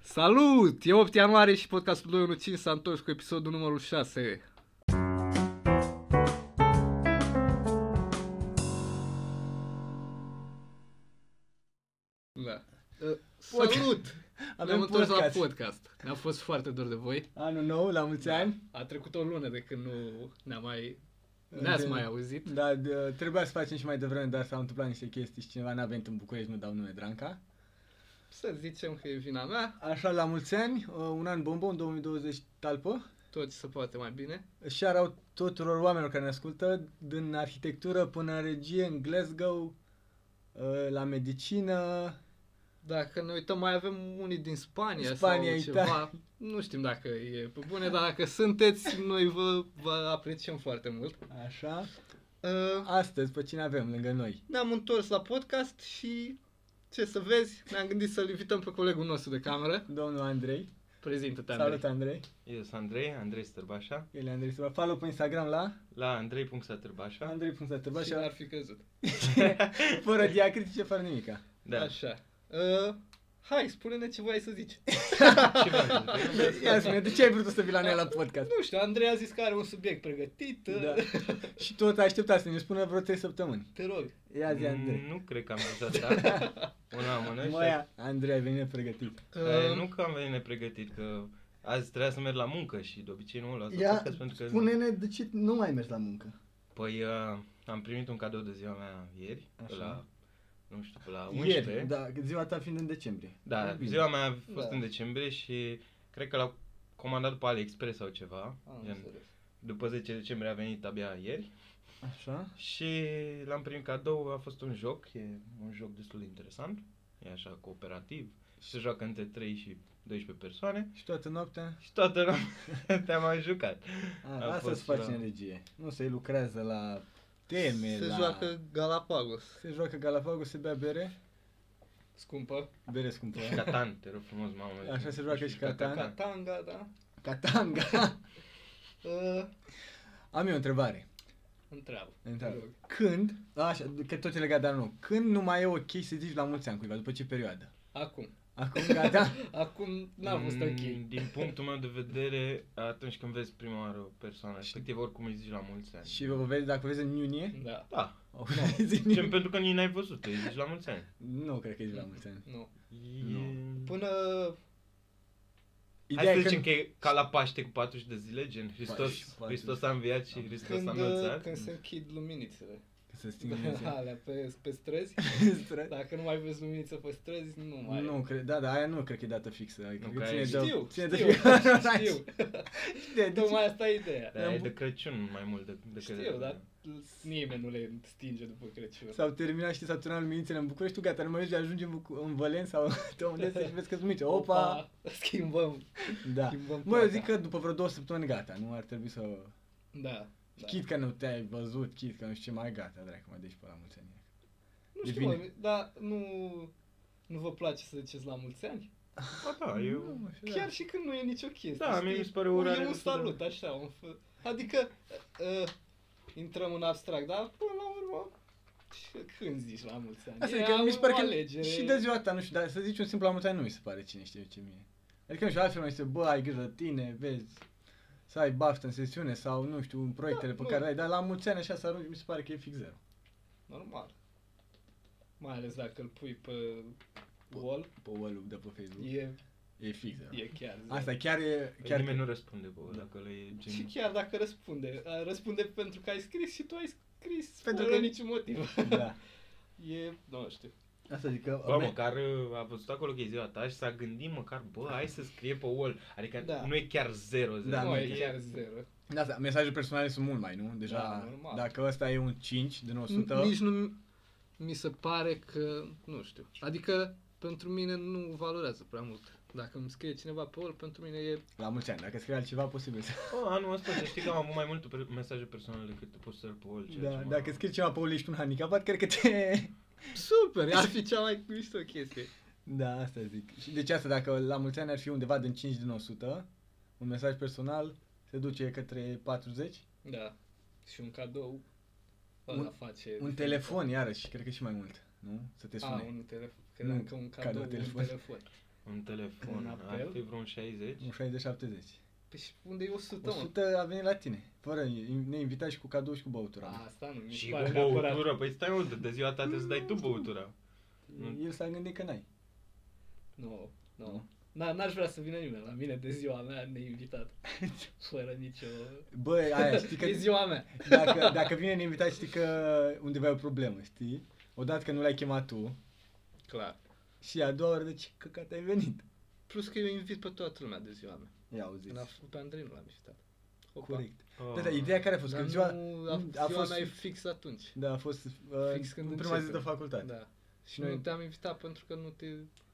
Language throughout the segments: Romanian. Salut! E 8 ianuarie și podcastul 215 s-a întors cu episodul numărul 6. Da. Salut! Ne-am întors la podcast. Ne-a fost foarte dor de voi. Anul nou, la mulți Da. ani. A trecut o lună de când nu ne-am mai... De- Ne-ați mai auzit. Da, de, trebuia să facem și mai devreme, dar s-au întâmplat niște chestii și cineva n-a venit în București, nu dau nume Dranca. Să zicem că e vina mea, Așa, la mulți ani, uh, un an bombon, 2020 talpă. tot ce se poate mai bine. Și arau tuturor oamenilor care ne ascultă, din arhitectură până în regie, în Glasgow, uh, la medicină, Dacă ne uităm, mai avem unii din Spania, Spania, sau ceva. Italia. Nu știm dacă e pe bune, dar dacă sunteți, noi vă, vă apreciem foarte mult. așa. Uh, Astăzi, pe cine avem lângă noi? Ne-am întors la podcast și ce să vezi, ne-am gândit să-l invităm pe colegul nostru de cameră. Domnul Andrei. Prezintă-te, Da, Andrei. Salut, Andrei. Eu sunt Andrei, Andrei Stărbașa, El e Andrei Sârba. Follow pe Instagram la la andrei.satârbașa. andrei.sârba Da. Și și ar fi crezut. fără diacritice, fără nimica. Da, Așa. Uh, hai, spune-ne ce voiai să zici. ce v-am zis? Ia spune, de ce ai vrut tu să vii la noi la podcast? Nu știu, Andrei a zis că are un subiect pregătit. uh, Da. Și tot aștepta să ne spună vreo 3 săptămâni. Te rog. Ia Mm, zi, Andrei. Nu cred că am zis asta. Una la mână și... Moia, Andrei, ai venit pregătit. Eh, Uh, Nu că am venit nepregătit, că azi trebuia să merg la muncă și de obicei nu las la podcast pentru că... de ce nu mai mergi la muncă. Păi uh, am primit un cadou de ziua mea ieri, pe Așa. la, nu știu, pe la 11. Ieri, da, ziua ta fiind în decembrie. da E bine. ziua mea a fost Da. în decembrie și cred că l-au comandat pe AliExpress sau ceva. Am gen, înțeles. după 10 decembrie a venit abia ieri. Așa. Și l-am primit cadou, a fost un joc, e un joc destul de interesant, e așa cooperativ și se joacă între 3 și 12 persoane Și toată noaptea, și toată lumea te-a mai jucat. a, A asta fost să faci la- în regie. Nu, se lucrează la teme, Se la... joacă Galapagos. Se joacă Galapagos, se bea bere, Scumpă. bere scumpă. Și Catan, te rog frumos, mamă. Da. Așa se joacă și Catan. Catanga, da. Catanga. Uh, Am eu o întrebare. întreabă. Întreabă. Te rog. Când, așa, că tot e legat, dar nu, când nu mai e ok să zici la mulți ani cuiva, după ce perioadă? Acum. Acum, Da. gata? Acum n-a fost Mm, ok. Din punctul meu de vedere, atunci când vezi prima oară o persoană, respectiv oricum îi zici la mulți ani. Și vă vezi, dacă vă vezi în iunie? Da. Da, O zi în gen iunie? pentru că nici n-ai văzut, îi zici la mulți ani. Nu cred că e zi la mulți ani. Nu. E... Nu. Până... Hai să e zicem că e ca la Paște cu 40 de zile, gen Hristos, 40. Hristos a înviat și Da. Hristos Când, a uh, înălțat. când se închid luminițele. că se stingă Da, Dumnezeu. alea pe, pe străzi. Dacă nu mai vezi luminiță pe străzi, nu mai Nu, cred, da, da, aia nu cred că e dată fixă. adică Nu, că că ține aia- de, Știu, ține de deci- știu, fiecare. știu. De, de, Tocmai asta e ideea. Dar Am e bu- de Crăciun mai mult de, decât Știu, dar da. nimeni nu le stinge după Crăciun. S-au terminat, știi, s-au terminat luminițele în București, tu gata, nu mai vezi, ajungi în, Bucu- în Valen sau te unde să și vezi că luminițe. Opa! Schimbăm. Da. Schimbăm Mă, eu plata. zic că după vreo două săptămâni, gata, nu ar trebui să Da. da. Chit că nu te-ai văzut, chit că nu știu ce mai gata, dracu, mă deci pe la mulți ani. Nu știu, devine. mă, dar nu... Nu vă place să ziceți la mulți ani? Ba da, eu... mă, știu, Chiar și când nu e nicio chestie. Da, știi? mie mi se pare Un- urare E un destul de- salut, așa. Un f- adică, uh, intrăm în abstract, dar până la urmă, și când zici la mulți ani? da. Asta E e că mi se pare o că alegere. și de ziua ta, nu știu, dar să zici un simplu la mulți ani nu mi se pare cine știe ce mie. Adică nu știu, altfel mai este, bă, ai grijă de tine, vezi, să ai baftă în sesiune sau, nu știu, în proiectele Da, pe nu. care le ai, dar la mulți ani așa să arunci, mi se pare că e fix zero. Normal. Mai ales dacă îl pui pe wall, Pe wall de pe Facebook, e, e, fix zero. e chiar zero. Asta chiar e, Chiar chiar nimeni nu răspunde, bă, Da. dacă le e Și gen... chiar dacă răspunde, a, răspunde pentru că ai scris și tu ai scris Pentru pentru fără că- niciun motiv. Da. E, nu știu. Asta zic că... Bă, măcar uh, a văzut acolo că e ziua ta și s-a gândit măcar, bă, hai să scrie pe wall. Adică Da. nu e chiar zero, Adică zero. Da, nu, nu, e chiar zero. Da, asta, mesaje personale sunt mult mai, nu? Deja, Da, normal. dacă ăsta e un 5 din 100... Nici nu mi se pare că, nu știu, adică pentru mine nu valorează prea mult. Dacă îmi scrie cineva pe ori, pentru mine e... La mulți ani, dacă scrie altceva, posibil să... Bă, anul ăsta să știi că am avut mai multe pre- mesaje personale decât postări pe wall. ceea Da, ce mă- dacă scrii ceva pe Uli, ești un handicapat, cred că te... Super, ar fi cea mai mișto chestie. Da, asta zic. Și deci asta, dacă la mulți ani ar fi undeva din 5 din 100, un mesaj personal se duce către 40, Da. Și un cadou Un- ăla face... un telefon iarăși, cred că și mai mult, nu? Să te A, sune. un telefon. Credeam Nu, că un cadou, cadou, un telefon. telefon. În telefon. În Ar apel? fi vreun 60. Un 60-70. Păi și unde e 100, mă? 100 a venit la tine. Fără ne invita și cu cadou și cu băutura. A, Asta nu mi se Și pare cu neapărat. băutură. Păi stai mult, de ziua ta trebuie să dai tu băutura. Mm. El s-a gândit că n-ai. Nu, nu. Nu? Na- N-aș vrea să vină nimeni la mine de ziua mea neinvitat. Fără nicio... Bă, aia, știi că E ziua mea. dacă, dacă vine neinvitat, știi că undeva e o problemă, știi? Odată că nu l-ai chemat tu Clar. și a doua oară, de ce căcat ai venit? Plus că eu invit pe toată lumea de ziua mea. Ia auziți. Când a făcut pe Andrei nu l-am invitat. Opa. Deci- Corect. Oh. Păi Da, da, ideea care a fost? Dar Că ziua, nu, a, a ziua fost- mea e fix atunci. da, a fost uh, Fix când în prima zi începe. de facultate. Da. Și noi Nu. te-am invitat pentru că nu te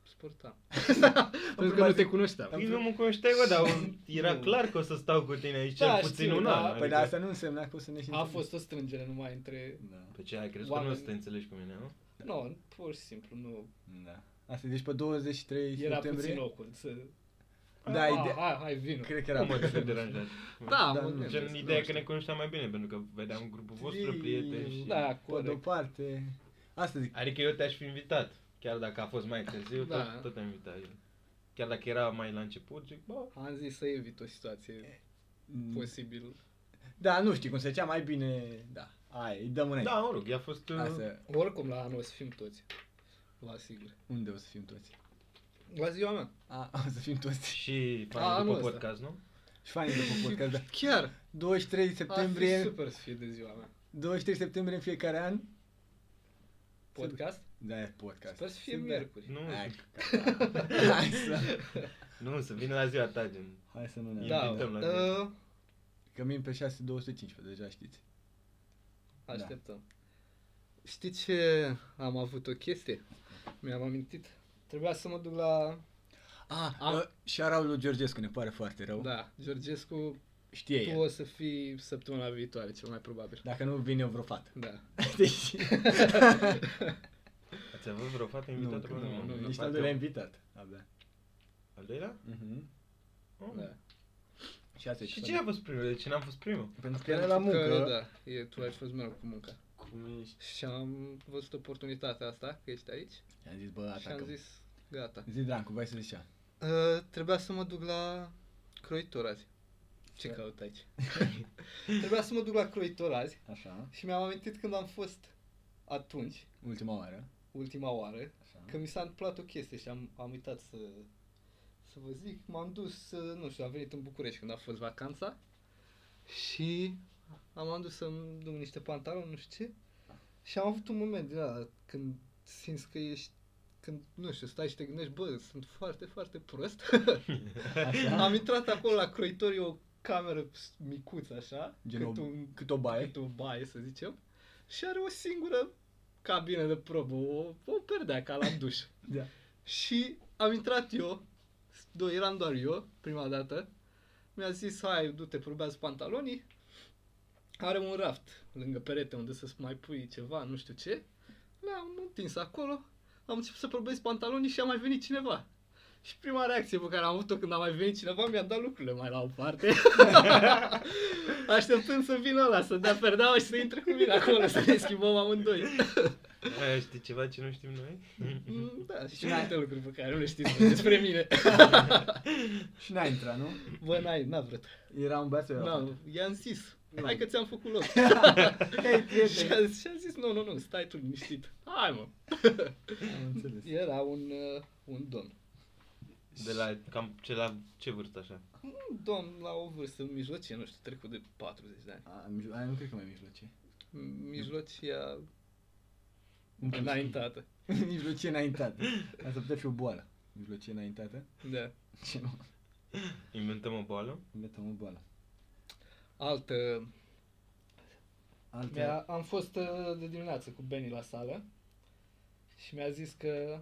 suportam. pentru că prima nu zi- te cunoșteam. Păi nu mă cunoșteai, bă, dar era Nu. clar că o să stau cu tine aici Da, cel puțin știu, un da. an. Adică Păi dar asta nu însemna că o să ne și A întâlnim. fost o strângere numai între... Da. Pe ce ai crezut că Oameni- nu o să te înțelegi cu mine, nu? Nu, pur și simplu nu. Da. Asta e deci pe 23 Era septembrie. puțin ocult să... Da, Ah, ide- hai, hai, vino. Cred că Nu era. mă ce te deranjat. Da, Da, mă nu. gândesc, Gen, nu ideea e că știu. ne cunoșteam mai bine, pentru că vedeam grupul vostru, Știu. prieteni și... Da, Pe de-o corect. parte. Asta zic. Adică eu te-aș fi invitat, chiar dacă a fost mai târziu, Da. tot, tot te-am invitat eu. Chiar dacă era mai la început, zic, bă, Am zis să evit o situație posibil. Da, nu știi cum se zicea, mai bine, da. Hai, îi dăm înainte. da, mă rog, a fost... uh, Asta, Oricum la anul o să fim toți. Vă asigur. unde o să fim toți? La ziua mea. A, o să fim toți. Și A, fanii anul după ăsta. podcast, nu? Și fanii după podcast, da. Chiar. 23 Septembrie. Ar fi septembrie, super să fie de ziua mea. 23 septembrie în fiecare an. Podcast? Da, e podcast. Sper să fie Sunt- miercuri. Nu, Hai, că- hai să, nu, să vină la ziua ta, gen. hai să nu ne Da. Invităm la uh, Că min pe 6215, deja știți. Așteptăm. Știi ce? Am avut o chestie. Mi-am amintit. Trebuia să mă duc la... Ah, Am- Am... și Araul lui Georgescu ne pare foarte rău. Da, Georgescu, Știe tu el. o să fii săptămâna viitoare, cel mai probabil. Dacă nu vine vreo fată. Da. Deci, Ați avut vreo fată nu, invitată? că Bă, nu, nu, nu, ești parcă- al doilea invitat. Abia. Al doilea? Mhm. Oh. da. Și asta e Și ce a fost primul? De ce n-am fost primul? Pentru că era la muncă. Că, da, e, tu ai fost mereu cu munca. Cum ești? Și am văzut oportunitatea asta, că ești aici, I-am zis, bă, și am atacă zis, gata. Zi, Drancu, vai să zicea. Uh, trebuia să mă duc la croitor azi. Ce Ce? caut aici? trebuia să mă duc la croitor azi Așa. și mi-am amintit când am fost atunci, Ultima oară. ultima oară, Așa. că mi s-a întâmplat o chestie și am, am uitat să, să vă zic. M-am dus, uh, nu știu, am venit în București când a fost vacanța și am am dus să-mi duc niște pantaloni, nu știu ce. Și am avut un moment din ăla când simți că ești când, nu știu, stai și te gândești, bă, sunt foarte, foarte prost. am intrat acolo la croitori, e o cameră micuță, așa, Gen o- cât un Cât o baie. cât o baie, să zicem, și are o singură cabină de probă, o, o perdea ca la duș. Da. Și am intrat eu, do- eram doar eu, prima dată, mi-a zis, hai, du-te, probează pantalonii, are un raft lângă perete unde să-ți mai pui ceva, nu știu ce, le-am întins acolo, am început să probez pantalonii și a mai venit cineva. Și prima reacție pe care am avut-o când a mai venit cineva, mi-a dat lucrurile mai la o parte. Așteptând să vină ăla, să dea perdeaua și să intre cu mine acolo, să ne schimbăm amândoi. Aia știi ceva ce nu știm noi? Mm, Da, și multe lucruri pe care nu le știți voi despre mine. Și n-a intrat, nu? Bă, n-ai, n-a vrut. Era un băiat sau era o N-a, i-am zis. Hai că ți-am făcut loc. fată? Hei, și, prieten! a, și a zis, nu, nu, nu, stai tu liniștit. Hai, mă. Am înțeles. Era un, uh, un domn. De la cam ce la ce vârstă așa? Un domn la o vârstă mijlocie, nu știu, trecut de 40 de ani. A, mijlo- aia nu cred că mai e mijlocie. Mijlocia Un plus. înaintată. mijlocie înaintată. Asta putea fi o boală. Mijlocie înaintată. Da. Ce nu? Inventăm o boală? Inventăm o boală. Altă Alta. Mi-a, am fost uh, de dimineață cu Benny la sală și mi-a zis că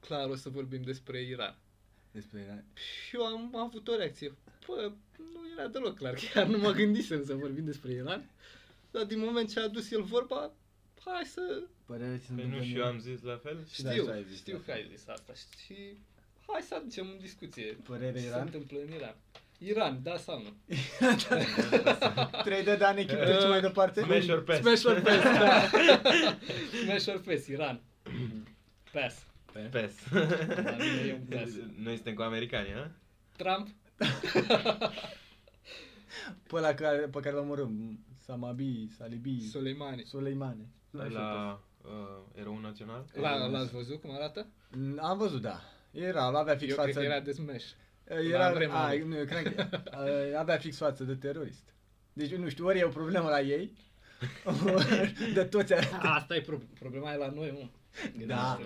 clar o să vorbim despre Iran. Despre era... Și eu am avut o reacție. Bă, nu era deloc clar, chiar nu mă gândisem să vorbim despre Iran. Dar din moment ce a adus el vorba, hai să... Părerea ce se Păi întâmplă nu în și eu Iran. am zis la fel? Și da, Știu, așa ai zis, știu da. că ai zis asta și hai să aducem în discuție Părere ce se Iran? întâmplă în Iran. Iran, da sau nu? Trei de dani echipă trece mai departe. Smash or pass. Smash or pass, da. Smash or pass, Iran. Pass. Pe? PES. La mine e un PES. Noi suntem cu americanii, ha? Trump? Pe ăla care, pe care l omorâm. Samabi, Salibi, Mm. Soleimani. Suleimane. Nu știu pe- La uh, erou național? La, l-ați văzut cum arată? Mm, Am văzut, da. Era, avea fix Eu față... cred că era de smash. la era vremea a, lui. nu, eu cred că a, avea fix față de terorist. Deci, nu știu, ori e o problemă la ei, ori de toți ar... Asta e pro- problema e la noi, mă. Da.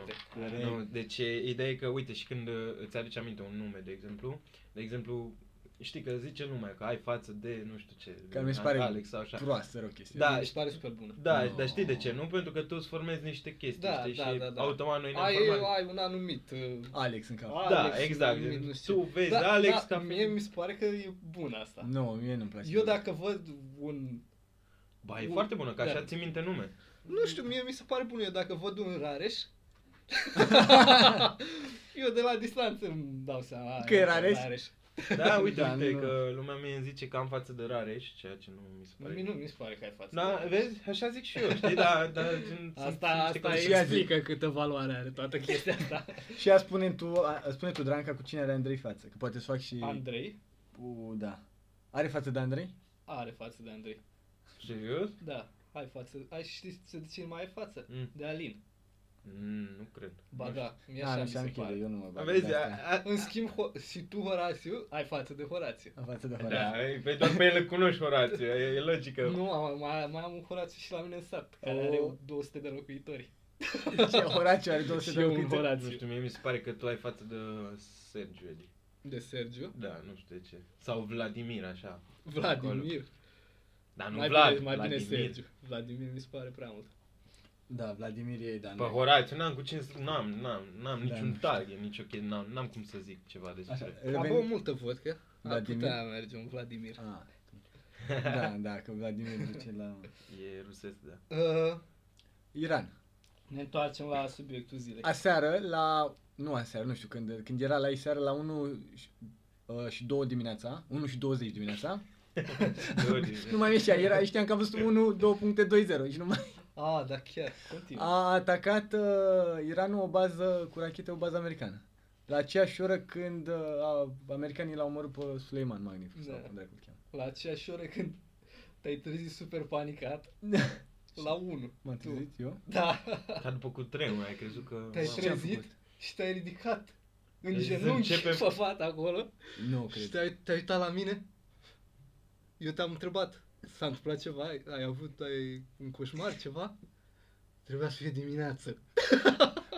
Nu, Nu, deci e- ideea e că, uite, și când uh, îți aduci aminte un nume, de exemplu, de exemplu, știi că zice numai că ai față de nu știu ce, Care mi se pare Alex sau așa. proastă rău chestia. Da, Da, și pare super bună. Da, No. no. dar știi de ce? Nu pentru că tu îți formezi niște chestii, Da, știi, da, și da, da. automat noi Păi ne-am Ai, format. ai un anumit... uh, Alex în cap. Alex, un Da, exact. anumit, nu știu. Tu vezi Alex da, ca mie fiind- mi se pare că e bun asta. Nu, mie nu-mi place. da. Eu dacă văd un... Ba, e un- foarte bună, că așa da. ții minte nume. Nu știu, mie mi se pare bun. Eu dacă văd un Rareș... eu de la distanță îmi dau seama. Că e Rareș? Da, uite, Da, uite, nu. că lumea mie îmi zice că am față de Rareș, ceea ce nu mi se pare. Mie nu mi se pare că ai față. Da, vezi? Așa zic și eu, știi? Da, da, gen, Asta, niște asta călători. și azi. explică câtă valoare are toată chestia asta. Și a spune tu, a, spune tu Dranca cu cine are Andrei față, că poate să fac și... Andrei U, da. Are față de Andrei? are față de Andrei. Serios? Da, ai față. Ai ști să de cine mai ai față? Mm. De Alin. Mm, nu cred. Ba Nu da, mi Da, așa nu mi știam se că pare. eu nu mă știu. bag. Vezi, de a, astea. a, În schimb, ho- și tu, Horațiu, ai față de Horațiu. Am față de Horace. da, pe doar pe el îl cunoști, Horațiu, e, e logică. Nu, am- mai, mai am un Horațiu și la mine în sat, care Oh. are 200 de locuitori. Ce, Horace are 200 Și de eu un locuitori? Nu știu, Horațiu. mie mi se pare că tu ai față de Sergiu Eli. De Sergiu, Da, nu știu de ce. Sau Vladimir, așa. Vladimir. Dar nu Mai Vlad, bine, mai bine Vladimir. Sergiu. Vladimir mi se pare prea mult. Da, Vladimir e, da. Pe nu e. Horațiu n-am cu ce să... N-am, n-am, n-am Da, nu niciun știu. target, nicio chestie, n-am, n-am cum să zic ceva Așa, despre... Am revenim. băut multă vodcă. Ar Vladimir? putea merge un Vladimir. Ah. Da, da, că Vladimir duce la E rusesc, da. Uh, Iran. Ne întoarcem la subiectul zilei. Aseară la nu aseară, nu știu când, când era la ei seară la 1 și, uh, și 2 dimineața, 1 și 20 dimineața. De ordine. nu mai ieșea, era, știam că am văzut 1 2.20 și nu mai Ah, da, chiar, continuă. a atacat uh, Iranul o bază cu rachete o bază americană. La aceeași oră când uh, a, americanii l-au omorât pe Suleiman Magnif, sau Da. cum dracu îl cheamă. La aceeași oră când te-ai trezit super panicat, la 1. M-am trezit eu? Da, Dar după cu trenul, ai crezut că... te-ai Mamă, ce am trezit făcut? și te-ai ridicat în Deci să genunchi începem- pe fata acolo Nu și cred. te-ai, te-ai uitat la mine. Eu te-am întrebat, s-a întâmplat ceva? Ai, ai avut ai, un coșmar, ceva? Trebuia să fie dimineață.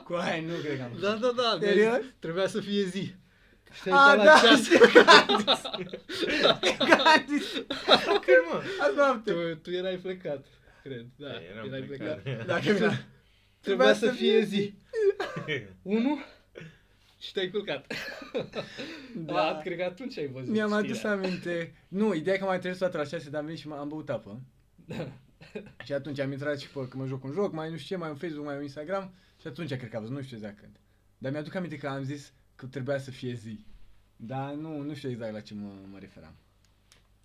Cu aia nu cred că am. Da, da, da. mi-ai Serios? zis, Trebuia să fie zi. Și te-ai A, uitat da, la ceas. știu că ai zis. Că ai zis. Când, mă? Azi noapte. Tu, tu erai plecat, cred. Da, Ei, eram erai plecat. plecat. Dacă mi-a... Trebuia să fie zi. 1 și te-ai culcat. Da. Da. A, cred că atunci ai văzut Mi-am știrea. adus aminte. Nu, ideea e că m-am trezit toată la 6, dar am venit și m- am băut apă. și atunci am intrat și pe că mă joc un joc, mai nu știu ce, mai un Facebook, mai un Instagram. Și atunci cred că am văzut, nu știu exact când. Dar mi-aduc aminte că am zis că trebuia să fie zi. Dar nu, nu știu exact la ce mă, mă referam.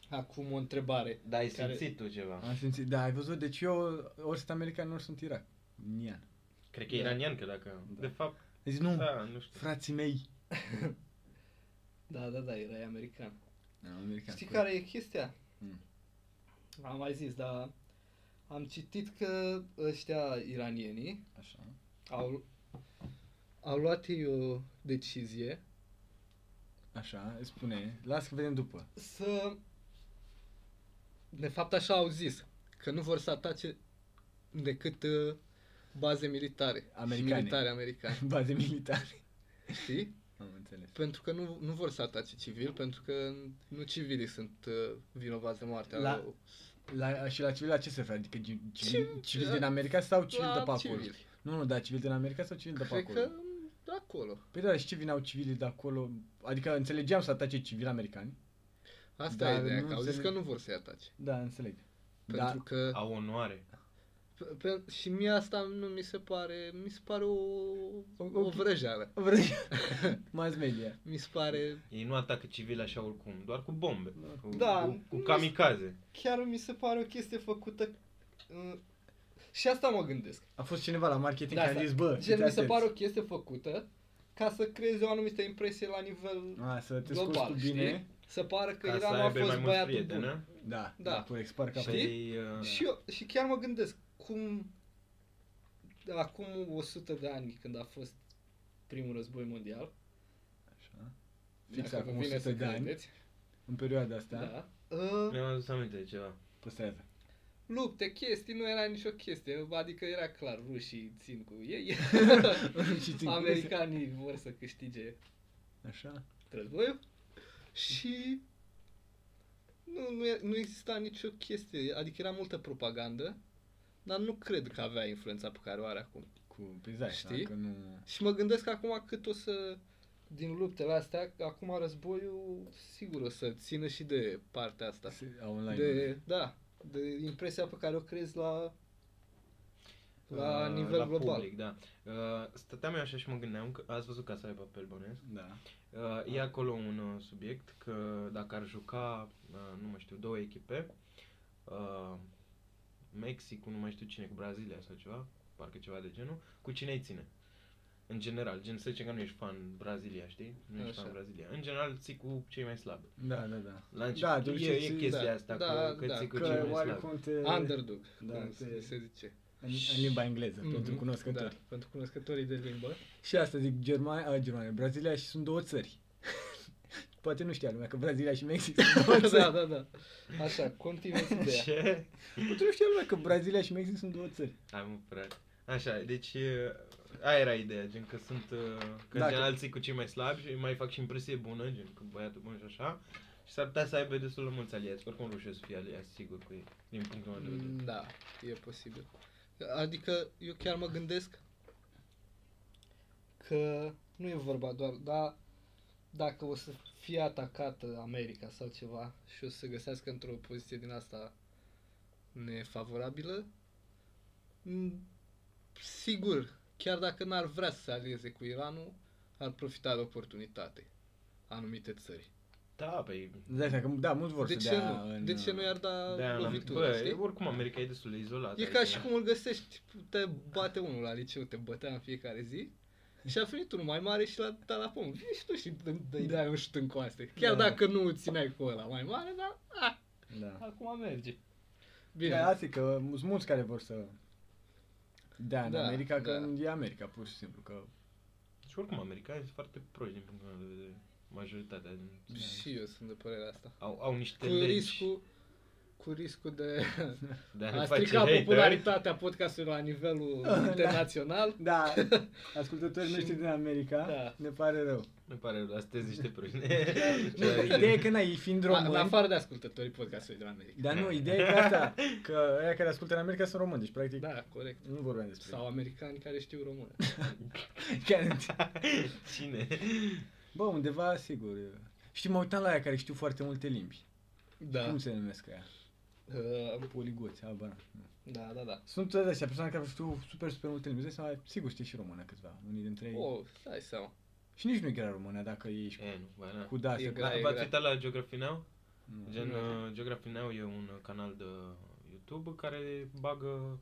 Acum o întrebare. Dar ai Care- simțit tu ceva. Am simțit, da, ai văzut, deci eu ori sunt american, ori sunt iran. Nian. Cred că e iranian, că dacă... Da. De fapt, Am zis, nu, da, nu știu. frații mei. Da, da, da, erai Hmm. american. Da, american. Știi care e chestia? Mm. Am mai zis, dar am citit că ăștia iranienii Așa. au, au luat ei o decizie Așa, spune. Las că vedem după. să... De fapt așa au zis, că nu vor să atace decât uh, baze militare. și Americane. Militare americane, Baze militare. știi? Am înțeles. Pentru că nu, nu vor să atace civil, pentru că nu civilii sunt uh, vinovați de moartea La- lor. La, și la civil la ce se referă? Adică ci- civil, Civil- da. civil din America sau civil La de pe acolo? civili. Nu, nu, dar civil din America sau civil de pe Cred acolo? că de acolo. Păi da, și ce vineau civilii de acolo? Adică înțelegeam să atace civili americani. Asta Dar e ideea, nu că au zis înțeleg. că nu vor să-i atace. Da, înțeleg. Pentru Da, că... Au onoare. Pe, pe, și mie asta nu mi se pare... Mi se pare o, o ok. vrăjeală. vrei mass media. Mi se pare... Ei nu atacă civil așa oricum, doar cu bombe. Cu, Da, cu, cu nu- kamikaze. Chiar mi se pare o chestie făcută... uh, Și asta mă gândesc. A fost cineva la marketing Da, care a asta- zis, bă, Gen, te mi se aștepți. pare o chestie făcută ca să creezi o anumită impresie la nivel... A, să te global, scoți tu știi? bine. Să pară că Ca să Iranul a aibă mai fost mulți băiatul bun. prieteni, a? Da. Da, da. Tu expar capul. Știi? Să-i, da? uh, Și, eu, și chiar mă gândesc cum acum 100 de ani când a fost primul război mondial, Așa. Fix dacă acum vă vine 100 să de ani, credeți, în perioada asta, Păi, da. da. Uh, Mi-am adus aminte de ceva. păstrează. lupte, chestii, nu era nicio chestie, adică era clar, rușii țin cu ei, și țin America. americanii vor să câștige Așa. războiul și nu, nu, e- nu exista nicio chestie, adică era multă propagandă, dar nu cred că avea influența pe care o are acum. Cu pizai, Știi? Că nu... Și mă gândesc acum cât o să, din luptele astea, acum războiul sigur o să țină și de partea asta. Se- au online. Da. De, da, de impresia pe care o crezi la, la Uh, nivel global. Public, da. Uh, stăteam eu așa și mă gândeam că ați văzut Casa de Papel bănesc. Da. Uh, e acolo un uh, subiect că dacă ar juca, uh, nu mai știu, două echipe, uh, Mexic, nu mai știu cine, cu Brazilia sau ceva, parcă ceva de genul, cu cine îi ține? În general, gen să zicem că nu ești fan Brazilia, știi? Nu ești Așa. fan Brazilia. În general, ții cu cei mai slabi. Da, da, da. La început, de da, e, obicei e ții- chestia da, asta da, cu, că da, ții cu că cei Că mai slabi. oarecum te... Underdog, Da, da, cum te- se, se zice. În, în limba engleză, Mhm, pentru cunoscători. Da, pentru cunoscătorii de limbă. Și asta zic, Germania, a, Germania, Brazilia și sunt două țări. Poate nu știa lumea că Brazilia și Mexic sunt două da, țări. da, da. Așa, continuă să dea. Ce? Da. Poate nu știa lumea că Brazilia și Mexic sunt două țări. Hai mă, frate. Așa, deci uh, aia era ideea, gen că sunt, uh, că Da, da, că- gen alții cu cei mai slabi și îi mai fac și impresie bună, gen că băiatul bun și așa. Și s-ar putea să aibă destul de mulți aliați, oricum rușii o să fie aliați, sigur, cu ei, din punctul meu de vedere. Da, e posibil. Adică eu chiar mă gândesc că nu e vorba doar, dar dacă o să fie atacată America sau ceva și o să se găsească într-o poziție din asta nefavorabilă, m, sigur, chiar dacă n-ar vrea să se alieze cu Iranul, ar profita de oportunitate anumite țări. Da, păi, Îți dai seama că, da, mulți vor de să ce dea nu? în, de ce nu i-ar da de-aia n-am- lovitură? bă, știi? e- oricum America e destul de izolată. E ca adică- și cum îl găsești, te bate unul la liceu, te bătea în fiecare zi și a venit unul mai mare și l-a dat la pom. Vii și tu și îi dai- Da. dai un șut în coaste. Chiar Da. dacă nu țineai cu ăla mai mare, dar a, Da. acum merge. Bine. Bine, Da, asta e că sunt mulți care vor să dea în Da, America, că da. e America, pur și simplu, că Și oricum americanii sunt foarte proști din punctul meu de vedere, majoritatea din... și eu sunt de părerea asta. Au, au niște Cu legi riscul, cu riscul de de a, ne a face strica hater. popularitatea podcastului la nivelul Da. internațional. Da, ascultătorii noștri din America, Da. ne pare rău. Nu pare rău, dar sunteți niște proști. Nu, ideea e că n-ai, fiind A- În român, afară de ascultătorii podcastului de la America. dar Mm. nu, ideea e că asta, că aia care ascultă în America sunt români, deci practic Da, corect. nu vorbeam despre Sau americani care știu română. Chiar- Cine? Bă, undeva, sigur. Știi, mă uitam la aia care știu foarte multe limbi. Da. Cum se numesc aia? Uh, Poligoți, abana. Da, da, da. Sunt toate astea persoane care știu super, super multe limbi. Îți dai seama, sigur știi și română câțiva, unii dintre ei. Oh, stai seama. Și nici nu e grea română dacă ești E, nu, bă, na. cu dasă. E cu- grea. V- V-ați uitat la Geography Now? Nu. Gen, Nu. uh, Geography Now e un uh, canal de YouTube care bagă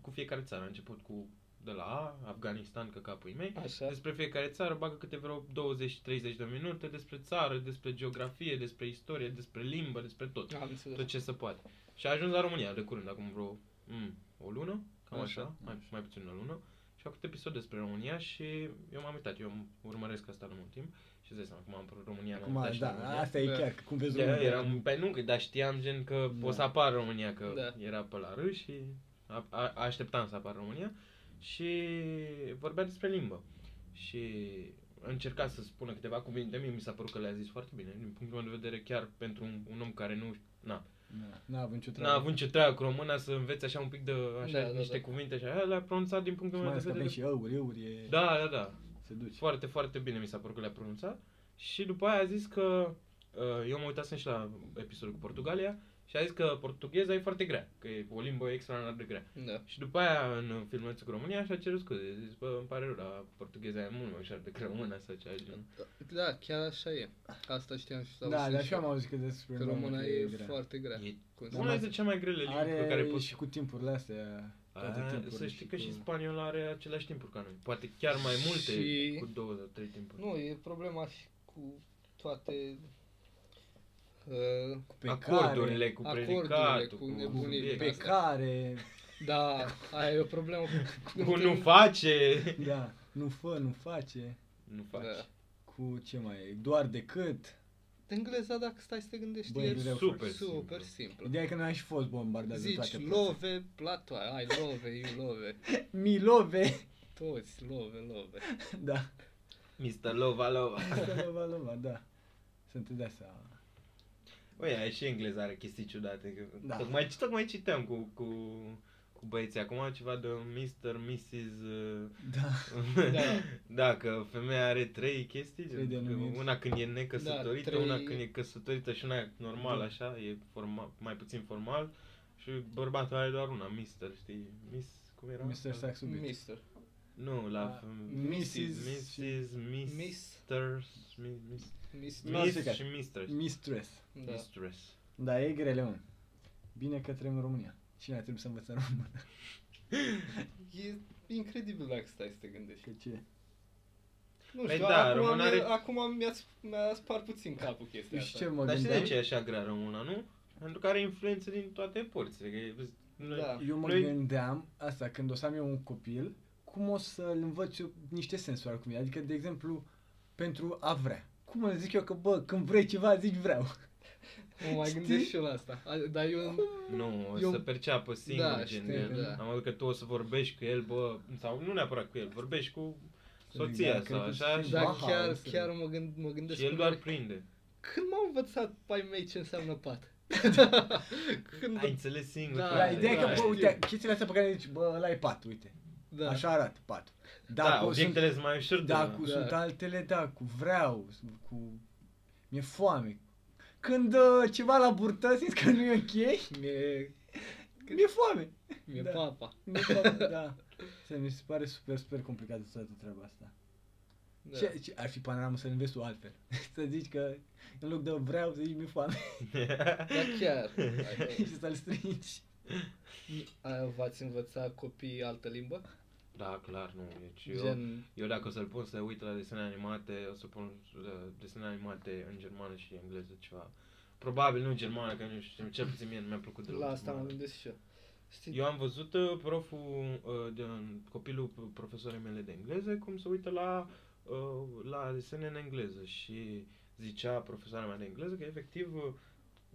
cu fiecare țară. A început cu de la A, Afganistan, că capul mei. Așa. Despre fiecare țară bagă câte vreo 20-30 de minute despre țară, despre geografie, despre istorie, despre limbă, despre tot. Am Tot înțeles. ce se poate. Și a ajuns la România de curând, acum vreo mm, o lună, cam Așa, așa, mai, mai puțin o lună. Și a făcut episod despre România și eu m-am uitat, eu îmi urmăresc asta de mult timp. Și îți dai seama, cum am apărut România, m-am uitat Acum, și la da, România. asta e Da. chiar, că cum vezi Da, română. eram, pe nu, că- dar știam gen că Da. o să apară România, că Da. era pe la râs și a, a, așteptam să apară România și vorbea despre limbă și încerca să spună câteva cuvinte, mie mi s-a părut că le-a zis foarte bine, din punctul meu de vedere chiar pentru un, un om care nu, na, Da, N-a avut nicio treabă. n-a avut ce treabă cu româna să învețe așa un pic de așa, Da, da, niște da. cuvinte și aia, le-a pronunțat din punctul Și mai meu de ales că avem vedere. și euri, euri, e... Da, da, da. Se duce. Foarte, foarte bine mi s-a părut că le-a pronunțat. Și după aia a zis că... uh, Eu mă uitasem și la episodul cu Portugalia și a zis că portugheza e foarte grea, că e o limbă extraordinar de grea. Da. Și după aia în filmulețul cu România și-a cerut scuze. A zis, bă, îmi pare rău, dar portugheza e mult mai ușor decât româna sau cea genul. da, chiar așa e. Asta știam și s-a Da, auzit dar și eu am auzit că despre Că româna e, grea. foarte grea. E Cum se una zice? dintre cele mai grele limbi Da. Are pe care care poți... și cu timpurile astea Toate Aia, timpurile să știi și că cu- și Spaniola are aceleași timpuri ca noi. Poate chiar mai multe, Și- cu două sau trei timpuri. Nu, e problema și cu toate uh, Pe acordurile cu Acordurile predicatul, cu nebunii, care, subiect, pe astea. care, da, aia e o problemă cu... Cu nu face! da, nu fă, nu face, Nu faci. Da. cu ce mai e, doar decât. Engleza, dacă stai să te gândești, Bă, e greu, super super simplu. simplu. Ideea e că noi am și fost bombardați de Zici toate părțile. love, platoa, ai love, you love, Milove, toți love, love. da, Mr. Lova Lova. asta lova, lova, da. Sunt de asta. Băi, aia și engleza are chestii ciudate. Că Da. da. tocmai, tocmai citeam cu, cu, cu băieții acum ceva de Mr. Mrs. uh, Da. Da. da, că femeia are trei chestii, Trei gen, că denumiri. una când e necăsătorită, Da, trei- una când e căsătorită și una normal Da. așa, e formal, mai puțin formal și bărbatul are doar una, Mr. știi? Miss, cum era? Mr. Sax subit. Mister. Nu, la Ah, Mrs. Mrs. Mrs. Miss. Mr. Miss, Miss, Mister. Nu știu Miss care. și Mistress. Mistress. Da. Mistress. Da, e grele, mă. Bine că trăim în România. Și noi trebuie să învățăm română. E incredibil dacă stai să te gândești. Că ce? Nu Păi știu, da, acum, român mi-a, are- acum mi-a, mi-a spart puțin capul chestia Eu și asta. ce mă Dar știi de gândeam? ce e așa grea rămâna, nu? Pentru că are influențe din toate părțile. Că e, noi, Da. Eu mă noi- gândeam, asta, când o să am eu un copil, cum o să-l învăț eu niște sensuri al cum e. Adică, de exemplu, pentru a vrea. Cum îl zic eu că, bă, când vrei ceva, zici vreau. Mă mai Știi? gândesc și eu la asta. A- Dar eu... Nu, o Eu- să perceapă singur Da, da, gen. știu, el. da. Am văzut că tu o să vorbești cu el, bă, sau nu neapărat cu el, vorbești cu Da, soția cred sau că așa și și, Dar Wow, da, chiar, înțeleg. chiar mă, gând, mă gândesc și el cum doar ar- prinde. Când m-au învățat pai mei ce înseamnă pat? Când... Ai înțeles singur. Da, frate, Da, ideea e da, că, bă, știu. uite, chestiile astea pe care le zici, bă, ăla e pat, uite. da. Așa arată patul. Da, Dacă o sunt obiectele sunt mai ușor de Da, cu Da. sunt altele, da, cu vreau, cu... Mi-e foame. Când uh, ceva la burtă simți că nu e ok, Mi-e, mi-e foame. mi-e Da. papa. Mi-e foame, da. Se, mi se pare super, super complicată toată treaba asta. Da. Ce, ce, ar fi panoramă să-l înveți tu altfel. să zici că în loc de vreau să zici mi-e foame Dar Da, chiar. și să-l strici. A, V-ați învățat copiii altă limbă? Da, clar, nu. Deci eu, Gen... eu dacă o să-l pun să uite la desene animate, o să pun uh, desene animate în germană și engleză ceva. Probabil nu germană, că nu știu, cel puțin mie nu mi-a plăcut deloc. La asta mă germana. gândesc și eu. Știi? Eu am văzut uh, proful, uh, de, copilul profesorii mele de engleză cum se uită la, uh, la desene în engleză și zicea profesoara mea de engleză că efectiv uh,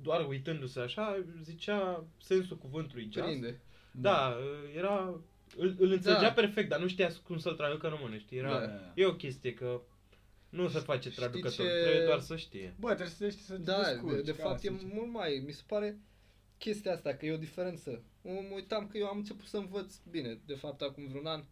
doar uitându-se așa zicea sensul cuvântului just. Prinde. Da, uh, era, îl, îl înțelegea Da. perfect, dar nu știa cum să-l traducă în română, știi? Era, Da. E o chestie că nu se face Știi traducător, ce- trebuie doar să știe. Bă, trebuie să știi să te Da, descurci. de, de ca fapt e să zici. mult mai... Mi se pare chestia asta, că e o diferență. Mă mă uitam că eu am început să învăț, bine, de fapt acum vreun an,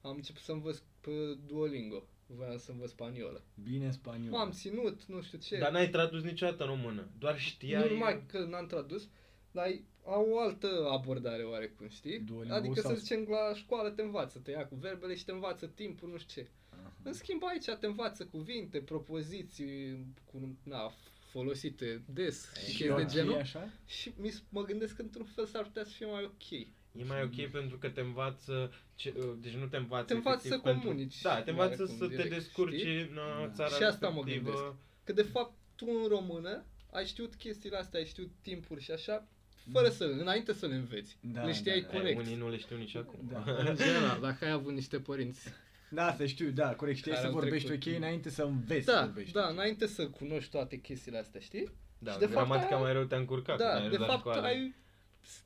am început să învăț pe Duolingo. Voiam să învăț spaniolă. Bine în spaniol. M-am ținut, nu știu ce. Dar n-ai tradus niciodată în română, doar știai... nu numai că n-am tradus, dar ai- au o altă abordare oarecum, știi? Duolingo adică sau- să zicem la școală te învață, te ia cu verbele și te învață timpul, nu știu ce. Aha. În schimb aici te învață cuvinte, propoziții cu, na, folosite des și Și eu chestii de genul. așa? Și mi, s- mă gândesc că într-un fel s-ar putea să fie mai ok. E mai ok pentru că te învață, ce, deci nu te învață Te învață efectiv să pentru- comunici, Da, te învață oarecum, să te direct, descurci știi? în uh, Da. țara Și asta mă respectivă. gândesc. Că de fapt tu în română ai știut chestiile astea, ai știut timpuri și așa, fără să, înainte să le înveți. Da, le știai da, da. Hai, corect. Unii nu le știu nici acum. Da. În general, dacă ai avut niște părinți Da, să știu, da, corect, știi Care să au vorbești trecut. ok înainte să înveți să Da, vorbești. da, ok. înainte să cunoști toate chestiile astea, știi? Da, Și de fapt gramatica aia- mai rău te-a încurcat. când ai da, ajuns de la fapt școală. ai,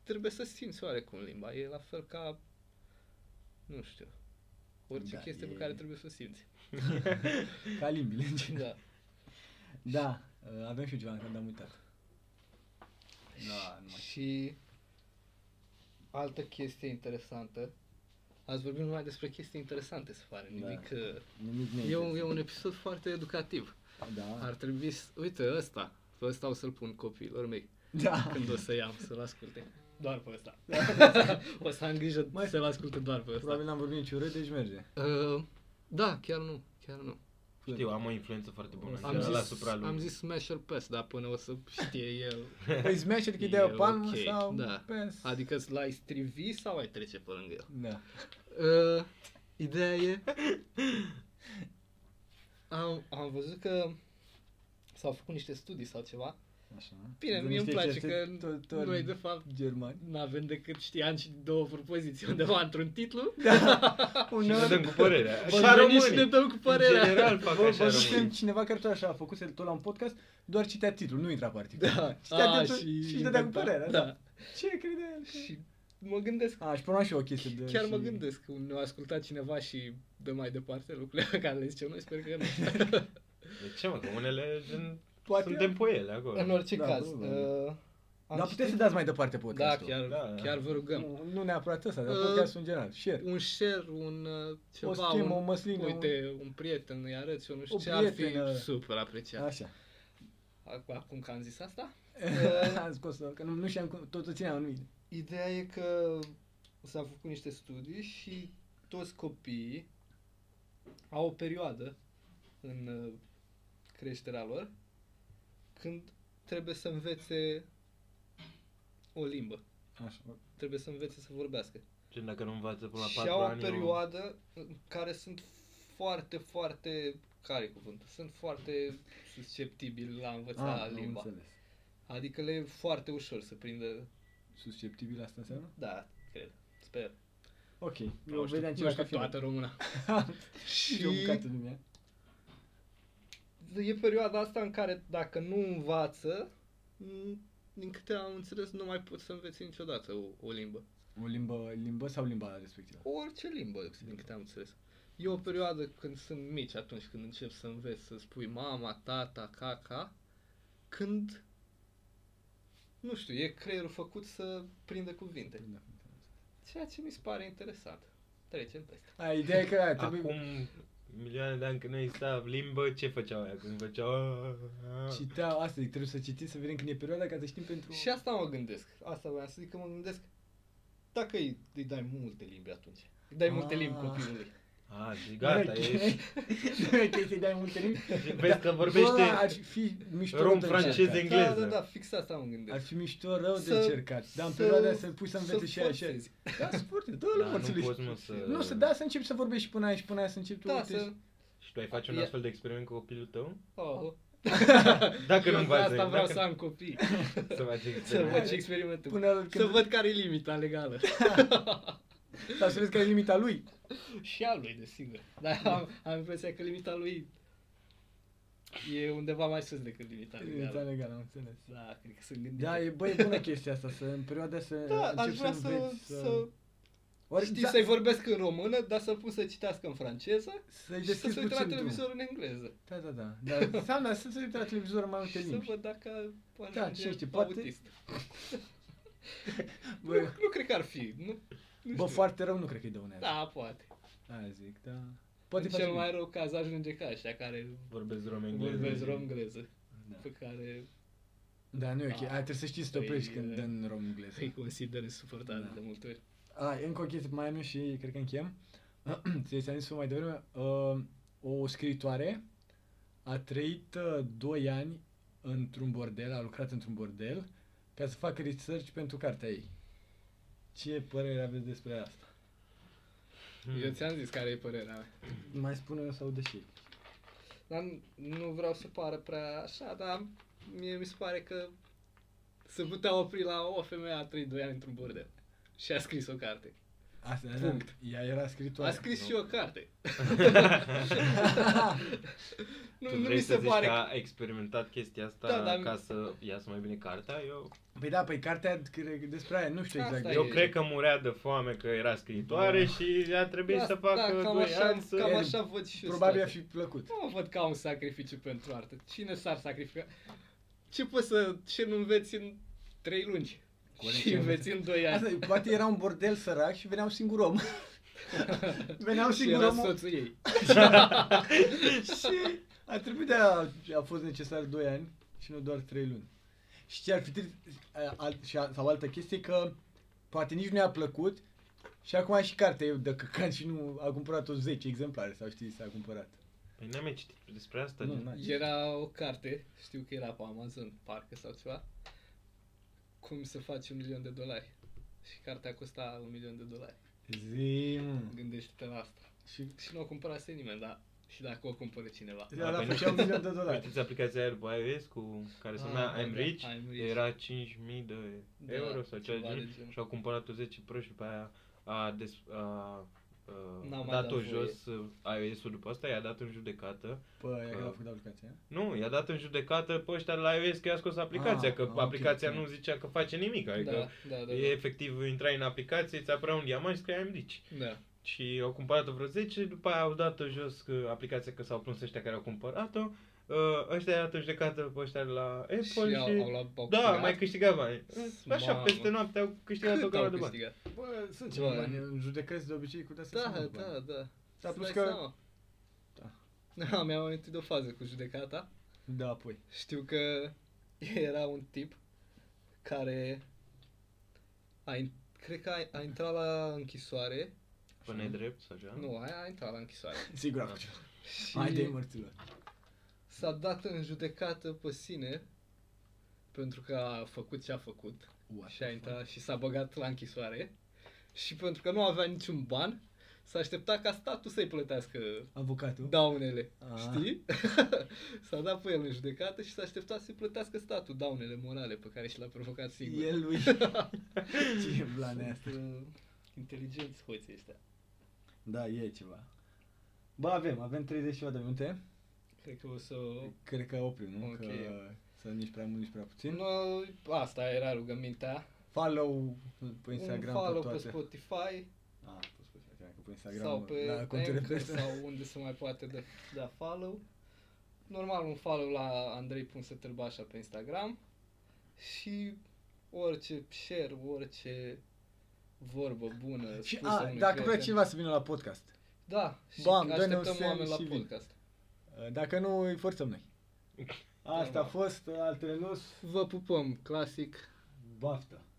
trebuie să simți oarecum limba, e la fel ca, nu știu, orice Da, chestie e- pe care trebuie să o simți. Ca limbile, în general. Da. Da, uh, avem și eu ceva când am uitat. Da, nu mai Păi Și altă chestie interesantă, ați vorbit numai despre chestii interesante, se pare, Da. nimic... uh, nimic ne E un, e un episod foarte educativ. Da, Ar trebui să... Uite, ăsta. Pe ăsta o să-l pun copiilor mei. da. Când o să iau să-l asculte. Doar pe ăsta. o să am grijă Mai- să-l asculte doar pe ăsta. Probabil n-am vorbit nici urât, deci merge. Uh, da, chiar nu. Chiar nu. Știu, am o influență foarte bună Am am zis, zis, asupra lui. am zis smash or pass, dar până o să știe el. Păi smash adică E de o palmă ok, sau da. pens. Adică îți l-ai strivi sau ai trece pe lângă el. Da. Uh, ideea e... Am, am văzut că s-au făcut niște studii sau ceva. Așa. Bine, De mie îmi niște place chestii că totori noi, de fapt, Germani. nu avem decât, știi, ani și două propoziții undeva într-un titlu. Da. Și ne dăm cu părerea. Bă, Așa noi românii. nici ne dăm cu părerea. În general fac Vă așa văzusem românii. cineva care tot așa a făcut el tot la un podcast, doar citea titlul, nu intra pe articol. Da. Citea A, titlul și, și își dădea cu inventa. părerea. Da. da. Ce crede el? că- Și mă gândesc A, și până și o chestie de... Chiar și... mă gândesc că ne-a ascultat cineva și dă mai departe lucrurile pe care le zicem noi, sper că nu. De ce mă, că unele gen, Poate- suntem pe ele acolo. În orice Da, caz, probabil. uh, am Dar citit- puteți să dați mai departe Da, podcastul. chiar, Da, da. chiar vă rugăm. Nu, nu neapărat ăsta, dar Uh, podcastul în general. Share. Un share, un uh, ceva, o schemă, o un, măslină. uite, un prieten îi arăți, eu nu știu O ce, ar prietenă. fi super un... apreciat. Așa. Ac- Acum că am zis asta? Uh, Am scos că nu, nu știam cum, tot o țineam în mine. Ideea e că s-au făcut niște studii și toți copiii au o perioadă în uh, creșterea lor când trebuie să învețe o limbă, Așa. trebuie să învețe să vorbească. Gen, dacă nu învață până la și 4 au o ani, eu- perioadă în care sunt foarte, foarte care e cuvântul? Sunt foarte susceptibili la a învăța Ah, am limba. înțeles. Adică le e foarte ușor să prindă, Susceptibil asta înseamnă? da, cred, sper. Ok. Eu Nu știu, vedeam nu ceva știu ca toată româna. Și eu bucată din ea. e perioada asta în care dacă nu învață, m, din câte am înțeles, nu mai poți să înveți niciodată o, o limbă. O limbă, limbă sau limba respectivă? Orice limbă, din câte am înțeles. E o perioadă când sunt mici, atunci când încep să înveți să spui mama, tata, caca, când, nu știu, e creierul făcut să prindă cuvinte. Da. Ceea ce mi se pare interesant. Trecem peste. A, ideea e că aia, trebuie... Acum milioane de ani când nu exista limbă, ce făceau aia? Când făceau... "Ah, Citeau asta, zic, trebuie să citim să vedem când e perioada ca să știm pentru... Și asta mă gândesc. Asta voiam să zic că mă gândesc. Dacă îi, îi dai multe limbi atunci. Îi dai multe limbi Ah. copilului. A, ah, și gata, Ok. ești... Nu e chestie de ai multe limbi. Vezi că vorbește... Bă, ar fi mișto rom, rău de francez, încercat. engleză. Da, da, da, fix asta mă gândesc. Ar fi mișto rău de Să- încercat. Dar Da, în să- perioada aia să-l pui să să învețe și aia și aia. forțezi. Da, sport, dă Da, l nu poți, mă, să- Nu, să da, să începi să vorbești și până aia și până aia să începi tu. Da, uite, să... Și tu ai face un Ia. astfel de experiment cu copilul tău? Oh. Dacă Eu nu de învață, asta vreau dacă să am copii. să faci Să experiment. fac experimentul. Până când... Să văd care e limita legală. Sau să vezi care e limita lui. Da, Și a lui, desigur. Dar am, am impresia că limita lui e undeva mai sus decât limita Limita legală. legală, am înțeles. Da, cred că sunt gândit. Da, e băi, e bună chestia asta, să în perioada să da, începi aș vrea să, să, înveți, să, Ori, știi, da, să-i vorbesc în română, dar să pun să citească în franceză să-i și să deschizi se uite la puțin televizor tu. în engleză. Da, da, da. Dar înseamnă să se uite la televizor în mai multe Și să limbi. văd dacă ajunge Da, cine știe, poate- autist. Nu, Bă, nu cred că ar fi. Nu, nu bă, știu. foarte rău nu cred că-i dăunează. Da, poate. Aia zic, da. Poate Poate în cel bine. mai rău caz ajunge ca ăștia care Vorbesc rom engleză. vorbesc romgleză, Da. pe care Da, nu e ok. Da. Aia trebuie să știi să te Păi, oprești când e- păi, dă în rom engleză. îi consider insuportabile Da. de multe ori. A, e încă o chestie pe mai am eu și cred că încheiem. Ți-ai zis mai devreme. Uh, o scriitoare a trăit 2 ani într-un bordel, a lucrat într-un bordel ca să facă research pentru cartea ei. Ce părere aveți despre asta? Hmm. Eu ți-am zis care e părerea mea. Mai spune eu sau deși. Dar nu- nu vreau să pară prea așa, dar mie mi se pare că se putea opri la o femeie a trăit 2 ani într-un bordel. Și a scris o carte. Asta era, Punct. Ea era a scriitoare. scris nu. și o carte. nu, tu nu vrei mi să se zici pare că că... a experimentat chestia asta Da, dar- ca să iasă mai bine cartea? Eu, Păi da, păi cartea cred că despre aia, nu știu Asta exact. Da, e. eu cred că murea de foame că era scriitoare Da. și a trebuit Da, să facă da, cam 2 așa, ani să... cam așa văd și eu Probabil ar situația. fi plăcut. Nu o văd ca un sacrificiu pentru artă. Cine s-ar sacrifica? Ce poți să... Ce nu înveți în 3 lungi? Corect, și am înveți în 2 ani. Asta, e, poate era un bordel sărac și venea un singur om. venea un și singur era om soțul ei. și a trebuit de a, a fost necesar 2 ani și nu doar 3 luni. Și ce ar fi trebuit, al, și a, sau altă chestie că poate nici nu i-a plăcut și acum și cartea e de căcat și nu a cumpărat-o 10 exemplare sau știi, s-a cumpărat. Păi n-am mai citit despre asta, Nu, gen. n-ai. Era o carte, știu că era pe Amazon, parcă sau ceva, cum să faci un milion de dolari. Și cartea costa un milion de dolari. Zi, mă. Gândește-te la asta. Și Și nu o cumpărase nimeni, dar și dacă o cumpără cineva. ăla păi nu. făcea un milion de dolari. Știți aplicația aia după iOS cu care se Da. Ah, da, numea I'm da, Rich? I'm Rich. Era 5.000 de Da, euro sau ceva ceva de de genul genul. și au cumpărat-o 10 pro și pe aia a, des, a, a, N-a mai dat dat-o voie. jos uh, iOS-ul după asta, i-a dat în judecată. Păi, aia Că- că l-a făcut aplicația. Nu, i-a dat în judecată pe ăștia de la iOS că i-a scos aplicația, Ah, că ah, ok, aplicația ok. nu zicea că face nimic, adică Da, da, da. E efectiv, intrai în aplicație, îți apărea un diamant și scria I'm rich. Da. Și au cumpărat-o vreo 10, după aia au dat-o jos că aplicația că s-au plâns ăștia care au cumpărat-o. Uh, ăștia i-a dat în judecată pe ăștia de la Apple Și și... au, au luat au da, cumpărat. mai câștigat bani. Așa, Mamă. peste noapte au câștigat o Cât gamă au de bani. câștigat? Bă, sunt ceva ceva bani. bani. În judecăți de obicei cu de Da, da, da. Dar Îți dai plus că- seama. Da. Da, mi-am amintit de o fază cu judecata. Da, pui. Știu că era un tip care a, in- cred că a, a intrat la închisoare. Până e drept sau ceva? Nu, aia a intrat la închisoare. Sigur a Da. făcut. Și Haide, mărților. s-a dat în judecată pe sine pentru că a făcut ce a făcut What și a the fuck? intrat și s-a băgat la închisoare și pentru că nu avea niciun ban, s-a așteptat ca statul să-i plătească Avocatul? Da, daunele, Ah. știi? s-a dat pe el în judecată și s-a așteptat să-i plătească statul daunele morale pe care și l-a provocat singur. uh, El lui. Ce e blanea asta? inteligenți hoții ăștia. Da, e ceva. Ba, avem, avem 30 ceva de minute. Cred că o să... Cred că oprim, nu? Ok. Că să nici prea mult, nici prea puțin. No, asta era rugămintea. Follow pe Instagram Un follow pe, pe Păi toate. Spotify Ah, pe Spotify, cred că pe Instagram. sau pe la conturile Anchor personale. sau unde se mai poate da, da follow. Normal un follow la Andrei.sătârbașa pe Instagram și orice share, orice vorbă bună Și, spusă a, unui dacă vrea prieten. cineva să vină la podcast. Da, și Bam, Bam, dă-ne un așteptăm semn oameni la și vin. podcast. Dacă nu, îi forțăm noi. Asta a fost, altele nu Vă pupăm, clasic. baftă.